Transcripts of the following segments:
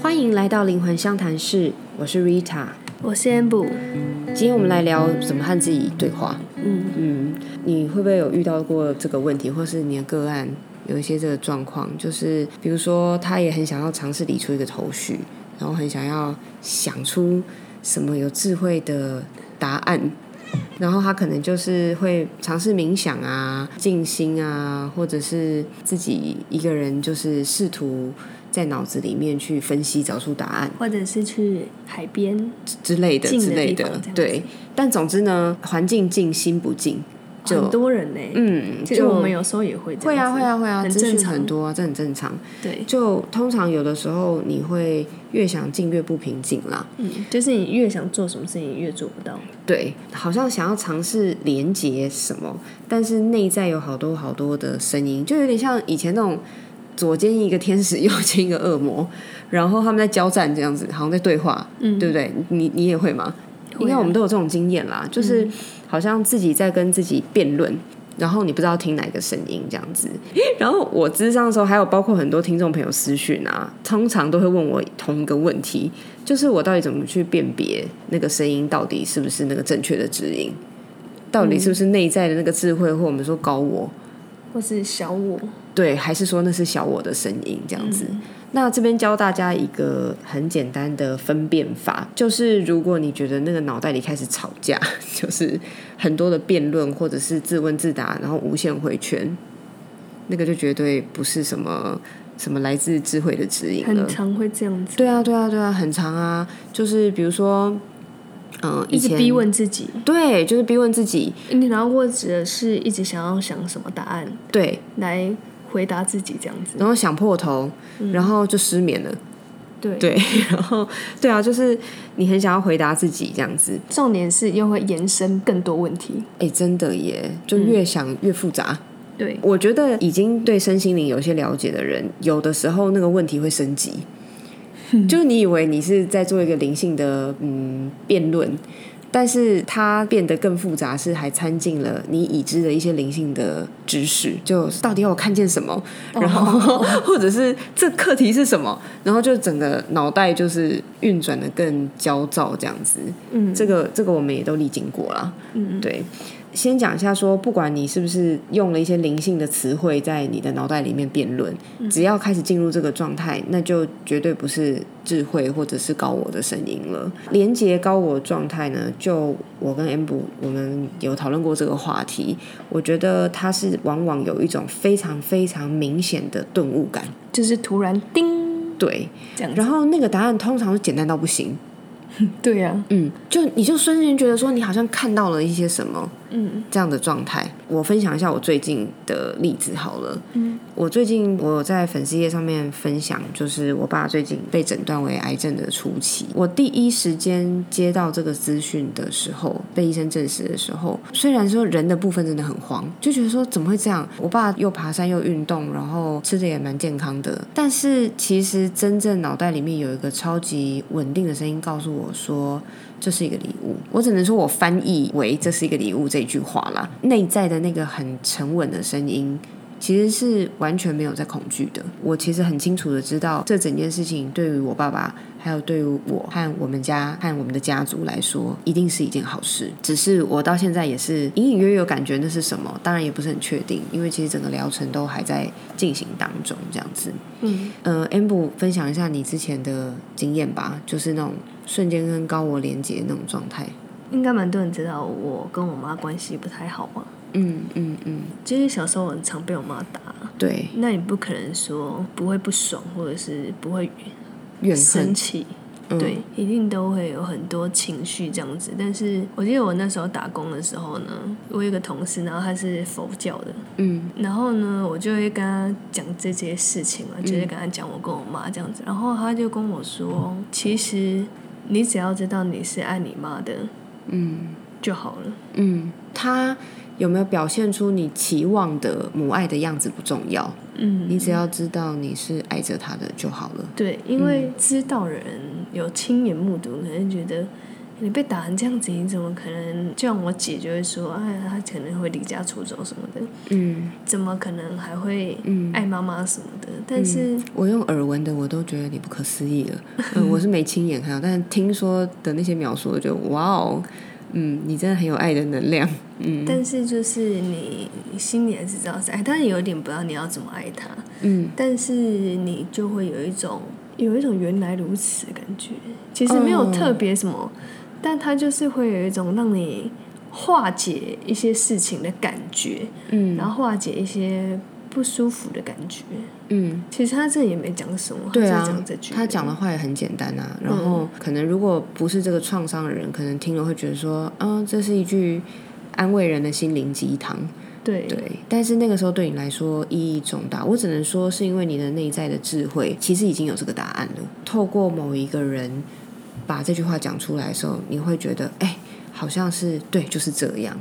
欢迎来到灵魂相谈室，我是 Rita。我是 Amber，今天我们来聊怎么和自己对话。嗯，嗯，你会不会有遇到过这个问题，或是你的个案有一些这个状况？就是比如说，他也很想要尝试理出一个头绪，然后很想要想出什么有智慧的答案，然后他可能就是会尝试冥想啊、静心啊，或者是自己一个人就是试图在脑子里面去分析找出答案。或者是去海边，之类的近的之类地方的这，样子对。但总之呢，环境静心不静，就很多人呢、嗯，其实就我们有时候也会这会样啊子会啊会啊，很资正讯常很多啊，这很正常。对，就通常有的时候你会越想静越不平静啦，嗯，就是你越想做什么事情，越做不到。对，好像想要尝试连接什么，但是内在有好多好多的声音，就有点像以前那种左肩一个天使，右肩一个恶魔，然后他们在交战这样子，好像在对话，嗯对不对？你你也会吗？会啊嗯应该我们都有这种经验啦，就是好像自己在跟自己辩论。然后你不知道听哪个声音这样子， 然后我咨商的时候，还有包括很多听众朋友私讯啊，通常都会问我同一个问题，就是我到底怎么去辨别那个声音到底是不是那个正确的指引，到底是不是嗯内在的那个智慧，或我们说高我，或是小我，对，还是说那是小我的声音这样嗯子？那这边教大家一个很简单的分辨法，就是如果你觉得那个脑袋里开始吵架， 就是很多的辩论或者是自问自答，然后无限回圈，那个就绝对不是什么什么来自智慧的指引了很。常会这样子，对啊，对啊，对啊，很长啊，就是比如说，嗯、以一直前逼，问自己，对，就是逼问自己，你然后或者是一直想要想什么答案对，来回答自己这样子。然后想破头，嗯然后就失眠了。对，对， 然后对啊，就是你很想要回答自己这样子，重点是又会延伸更多问题。哎，真的耶，就越想越复杂。嗯对，我觉得已经对身心灵有些了解的人，有的时候那个问题会升级，就是你以为你是在做一个灵性的嗯辩论，但是它变得更复杂，是还掺进了你已知的一些灵性的知识，就到底要我看见什么，哦然后 或者是这课题是什么，然后就整个脑袋就是运转的更焦躁这样子。嗯，这个这个我们也都历经过啦。嗯，对。先讲一下说，不管你是不是用了一些灵性的词汇在你的脑袋里面辩论，嗯只要开始进入这个状态，那就绝对不是智慧或者是高我的声音了。连接高我状态呢，就我跟 M 部我们有讨论过这个话题，我觉得它是往往有一种非常非常明显的顿悟感，就是突然叮对。这样子。然后那个答案通常是简单到不行，对啊，嗯，就你就瞬间觉得说你好像看到了一些什么，嗯，这样的状态。我分享一下我最近的例子好了。嗯，我最近我有在粉丝页上面分享，就是我爸最近被诊断为癌症的初期。我第一时间接到这个资讯的时候，被医生证实的时候，虽然说人的部分真的很慌，就觉得说怎么会这样？我爸又爬山又运动，然后吃的也蛮健康的，但是其实真正脑袋里面有一个超级稳定的声音告诉我说，这是一个礼物。我只能说我翻译为这是一个礼物这一句话啦。内在的那个很沉稳的声音，其实是完全没有在恐惧的。我其实很清楚的知道，这整件事情对于我爸爸，还有对于我和我们家和我们的家族来说，一定是一件好事。只是我到现在也是隐隐约约有感觉那是什么，当然也不是很确定，因为其实整个疗程都还在进行当中，这样子。嗯，呃，Amber 分享一下你之前的经验吧，就是那种瞬间跟高我连接那种状态。应该蛮多人知道我跟我妈关系不太好嘛。嗯嗯嗯，就是小时候很常被我妈打，对，那你不可能说不会不爽，或者是不会怨生恨，气，嗯对，一定都会有很多情绪这样子。但是我记得我那时候打工的时候呢，我有一个同事，然后他是佛教的，嗯然后呢，我就会跟他讲这些事情嘛，就是跟他讲我跟我妈这样子，然后他就跟我说，其实你只要知道你是爱你妈的嗯就好了。嗯，他有没有表现出你期望的母爱的样子不重要，嗯，你只要知道你是爱着他的就好了。对，因为知道的人有亲眼目睹，可能觉得，哎、你被打成这样子，你怎么可能？就像我姐就会说，哎，她可能会离家出走什么的，嗯，怎么可能还会嗯爱妈妈什么的？但是我用耳闻的我都觉得有点不可思议了。嗯，我是没亲眼看到，但是听说的那些描述，我觉得哇哦，嗯，你真的很有爱的能量。嗯但是就是你你心里还是知道是爱，但是有点不知道你要怎么爱他，嗯，但是你就会有一种有一种原来如此的感觉。其实没有嗯特别什么，但它就是会有一种让你化解一些事情的感觉，嗯然后化解一些不舒服的感觉。嗯，其实他这也没讲什么，对他就啊讲这句，嗯他讲的话也很简单啊。然后可能如果不是这个创伤的人，可能听了会觉得说，嗯、这是一句安慰人的心灵鸡汤。对对，但是那个时候对你来说意义重大，我只能说是因为你的内在的智慧其实已经有这个答案了。透过某一个人把这句话讲出来的时候，你会觉得，哎、好像是对，就是这样。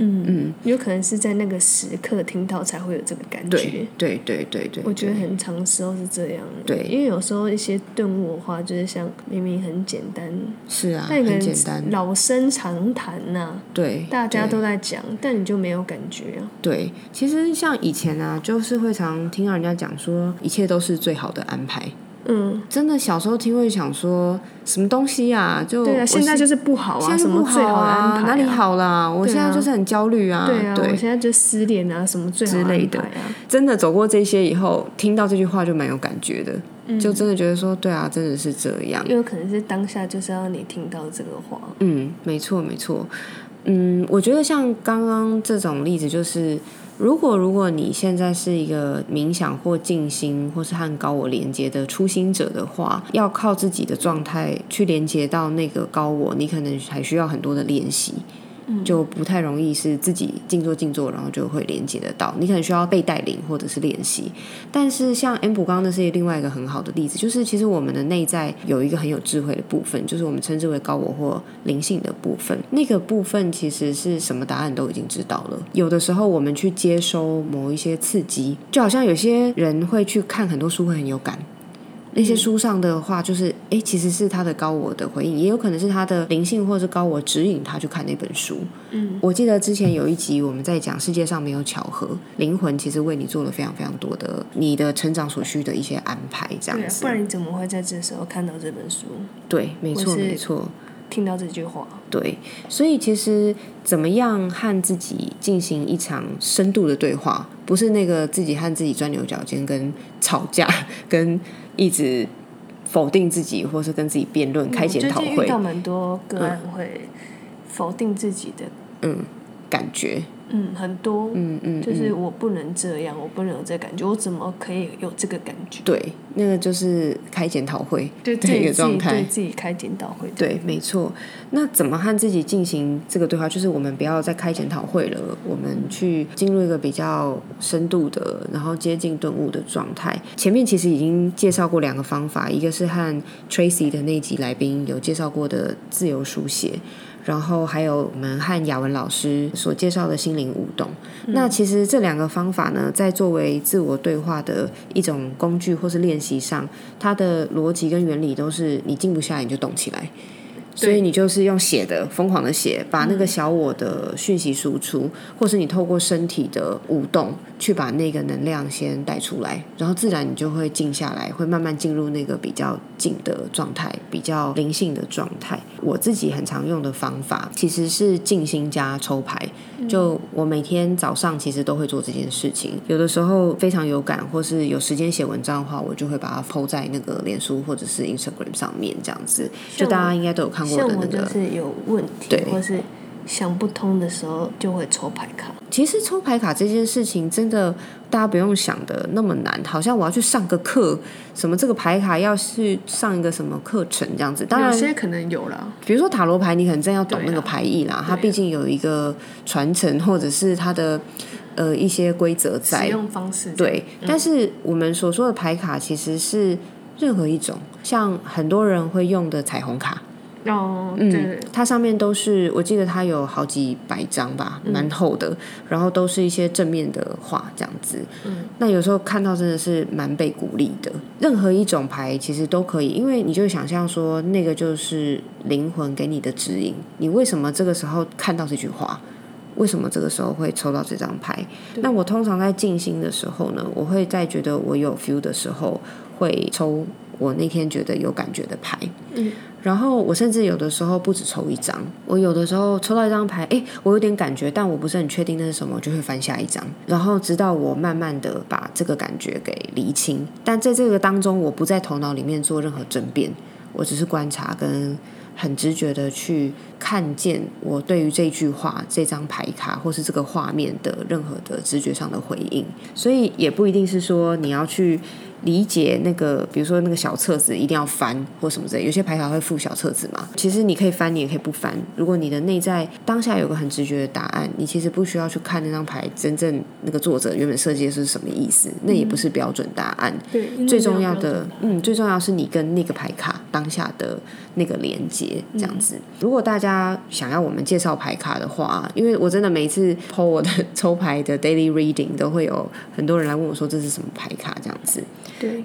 嗯嗯，有可能是在那个时刻听到才会有这个感觉对。，对，对，对，对。我觉得很长时候是这样的，对因为有时候一些顿悟的话，就是像明明很简单，是啊，但你可很能简单。老生常谈呐、对，大家对都在讲，但你就没有感觉啊。对。其实像以前啊，就是会常听到人家讲说，一切都是最好的安排。嗯，真的，小时候听会想说什么东西啊？就对啊，我现在就是不好现在啊，是什不么最好好的安排、哪啊里？好啦？我对现在啊就是很焦虑啊，对啊，我现在就失恋啊，什么最好的之类安的排啊。真的走过这些以后，听到这句话就蛮有感觉的，嗯就真的觉得说，对啊，真的是这样。因为可能是当下就是要你听到这个话，嗯，没错，没错。嗯，我觉得像刚刚这种例子，就是如果如果你现在是一个冥想或静心，或是和高我连接的初心者的话，要靠自己的状态去连接到那个高我，你可能还需要很多的练习。就不太容易是自己静坐静坐，然后就会连接得到。你可能需要被带领或者是练习。但是像 M 补刚刚那是另外一个很好的例子，就是其实我们的内在有一个很有智慧的部分，就是我们称之为高我或灵性的部分。那个部分其实是什么答案都已经知道了。有的时候我们去接收某一些刺激，就好像有些人会去看很多书会很有感。那嗯些书上的话，就是诶，其实是他的高我的回应，也有可能是他的灵性或者是高我指引他去看那本书。嗯我记得之前有一集我们在讲世界上没有巧合，灵魂其实为你做了非常非常多的你的成长所需的一些安排，这对样啊，子。不然你怎么会在这时候看到这本书，对，没错，或是没错。听到这句话？对，所以其实怎么样和自己进行一场深度的对话，不是那个自己和自己钻牛角尖、跟吵架、 跟一直否定自己，或是跟自己辩论、开检讨我最近会嗯遇到蛮多个案会否定自己的，感觉。嗯，很多，嗯嗯，就是我不能这样，我不能有这感觉，我怎么可以有这个感觉？对，那个就是开检讨会对的自一己个自己状态。对自己开检讨会的，对，没错。那怎么和自己进行这个对话？就是我们不要再开检讨会了，我们去进入一个比较深度的，然后接近顿悟的状态。前面其实已经介绍过两个方法，一个是和 Tracy 的那集来宾有介绍过的自由书写，然后还有我们和雅文老师所介绍的心灵舞动。那其实这两个方法呢，在作为自我对话的一种工具或是练习上，它的逻辑跟原理都是你静不下来你就动起来。所以你就是用写的，疯狂的写，把那个小我的讯息输出，或是你透过身体的舞动去把那个能量先带出来，然后自然你就会静下来，会慢慢进入那个比较静的状态，比较灵性的状态。我自己很常用的方法其实是静心加抽牌，就我每天早上其实都会做这件事情，有的时候非常有感，或是有时间写文章的话，我就会把它抛在那个脸书或者是 Instagram 上面这样子，就大家应该都有看过像的我那就个。是有问题对或是想不通的时候，就会抽牌卡。其实抽牌卡这件事情真的大家不用想的那么难，好像我要去上个课，什么这个牌卡要去上一个什么课程这样子。当然有，些可能有啦，比如说塔罗牌，你可能真要懂对啊那个牌意啦，它对啊毕竟有一个传承或者是它的呃一些规则在使。用嗯方式对，但是我们所说的牌卡其实是任何一种，像很多人会用的彩虹卡，哦，嗯对，，它上面都是，我记得它有好几百张吧，蛮厚的，然后都是一些正面的话这样子。嗯，那有时候看到真的是蛮被鼓励的。任何一种牌其实都可以，因为你就想象说，那个就是灵魂给你的指引。你为什么这个时候看到这句话？为什么这个时候会抽到这张牌？那我通常在静心的时候呢，我会在觉得我有 feel 的时候，会抽我那天觉得有感觉的牌。然后我甚至有的时候不止抽一张，我有的时候抽到一张牌，诶，我有点感觉，但我不是很确定那是什么，我就会翻下一张，然后直到我慢慢的把这个感觉给厘清。但在这个当中，我不在头脑里面做任何争辩，我只是观察跟很直觉的去看见我对于这句话、这张牌卡或是这个画面的任何的直觉上的回应。所以也不一定是说你要去理解那个，比如说那个小册子一定要翻或什么之类，有些牌卡会附小册子嘛。其实你可以翻，你也可以不翻。如果你的内在当下有个很直觉的答案，你其实不需要去看那张牌真正那个作者原本设计的是什么意思，那也不是标准答案。嗯对，最重要因为没有标的准，嗯，最重要是你跟那个牌卡当下的那个连接，这样嗯子。如果大家想要我们介绍牌卡的话，因为我真的每次 PO 我的 抽牌的 daily reading 都会有很多人来问我说这是什么牌卡这样子。对，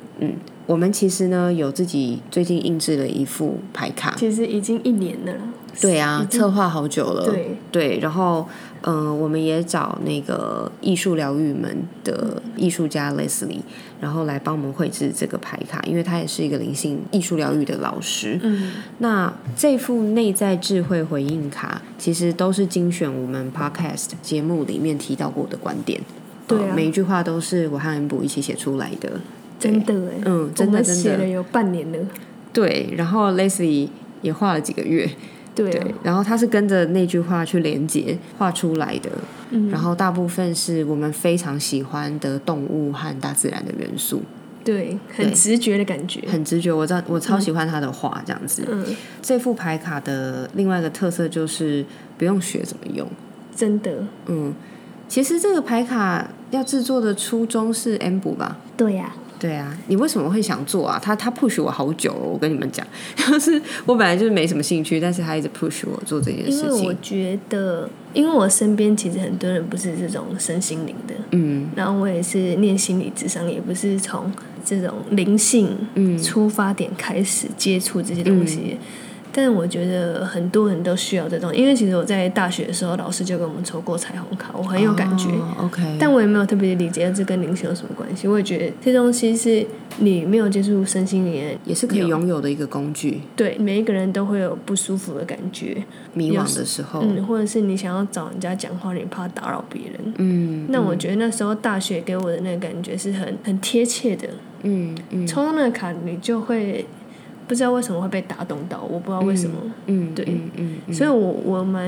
我们其实呢有自己最近印制了一副牌卡，其实已经一年了啦，对啊已，经策划好久了，对，对，然后嗯、呃我们也找那个艺术疗愈门的嗯艺术家 Leslie，然后来帮我们绘制这个牌卡，因为他也是一个灵性艺术疗愈的老师。嗯，那这副内在智慧回应卡，其实都是精选我们 Podcast 节目里面提到过的观点。对呃啊每一句话都是我和恩博一起写出来的。真的哎，嗯真的我真的们写了有半年了，对，然后 Leslie 也画了几个月，对啊对，然后他是跟着那句话去连接画出来的，嗯然后大部分是我们非常喜欢的动物和大自然的元素，对，很直觉的感觉，很直觉。我知道我超喜欢他的画这样子。嗯，这副牌卡的另外一个特色就是不用学怎么用。真的，嗯，其实这个牌卡要制作的初衷是 M 补吧？对呀，对啊，你为什么会想做啊？他他 push 我好久、哦，我跟你们讲， 就是我本来就是没什么兴趣，但是他一直 push 我做这件因事为我情。觉得，因为我身边其实很多人不是这种身心灵的，嗯，然后我也是念心理智商，也不是从这种灵性嗯出发点开始接触这些东西。但我觉得很多人都需要这种，因为其实我在大学的时候，老师就给我们抽过彩虹卡，我很有感觉。哦 OK，但我也没有特别理解这跟灵性有什么关系。我也觉得这东西是你没有接触身心灵的人，也是可以拥有的一个工具。对每一个人都会有不舒服的感觉，迷惘的时候，嗯，或者是你想要找人家讲话，你怕打扰别人。嗯那我觉得那时候大学给我的那个感觉是很很贴切的，嗯嗯抽到那个卡，你就会不知道为什么会被打动到，我不知道为什么，嗯，对嗯嗯嗯所以我我蛮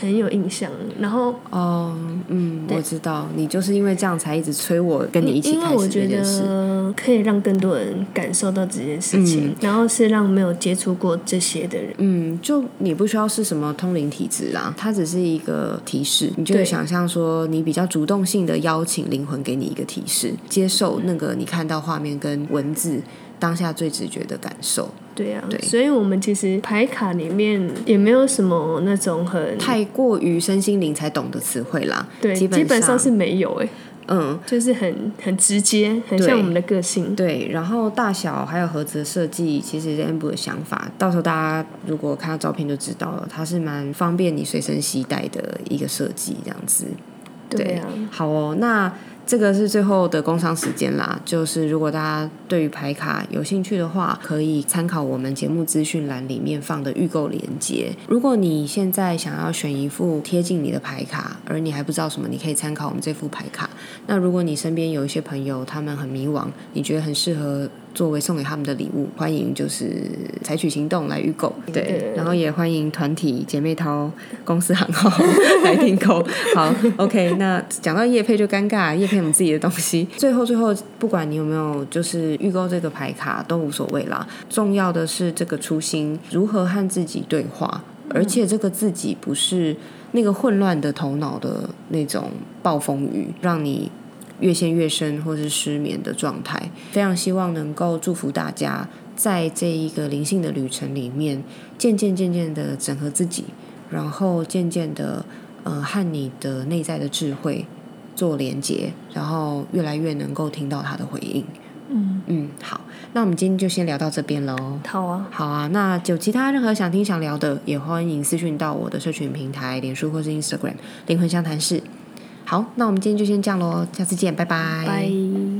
很有印象。然后哦，嗯，我知道，你就是因为这样才一直催我跟你一起因为开我始觉这件事。得可以让更多人感受到这件事情，然后是让没有接触过这些的人，嗯，就你不需要是什么通灵体质啊，它只是一个提示，你就对想象说你比较主动性的邀请灵魂给你一个提示，接受那个你看到画面跟文字当下最直觉的感受，对啊，对所以我们其实牌卡里面也没有什么那种很太过于身心灵才懂的词汇啦。对，基基本本上是没有哎、嗯，就是很很直接，很对像我们的个性，对，然后大小还有盒子的设计，其实 Amber 的想法，到时候大家如果看到照片就知道了，它是蛮方便你随身携带的一个设计，这样子。对啊，好哦，那这个是最后的工商时间啦，就是如果大家对于牌卡有兴趣的话，可以参考我们节目资讯栏里面放的预购链接。如果你现在想要选一副贴近你的牌卡，而你还不知道什么，你可以参考我们这副牌卡。那如果你身边有一些朋友，他们很迷惘，你觉得很适合作为送给他们的礼物，欢迎就是采取行动来预购。对对，然后也欢迎团体姐妹淘公司行号来订购。 好，OK，那讲到叶配就尴尬，叶配我们自己的东西。最后最后，不管你有没有就是预购这个牌卡都无所谓啦，重要的是这个初心，如何和自己对话，而且这个自己不是那个混乱的头脑的那种暴风雨，让你越陷越深或是失眠的状态。非常希望能够祝福大家在这一个灵性的旅程里面，渐渐渐渐的整合自己，然后渐渐的呃和你的内在的智慧做连接，然后越来越能够听到他的回应。嗯嗯，好，那我们今天就先聊到这边喽。好啊，好啊，那有其他任何想听想聊的，也欢迎私讯到我的社群平台，脸书或是 Instagram“ 灵魂相谈室”。好，那我们今天就先这样喽，下次见，拜拜。拜。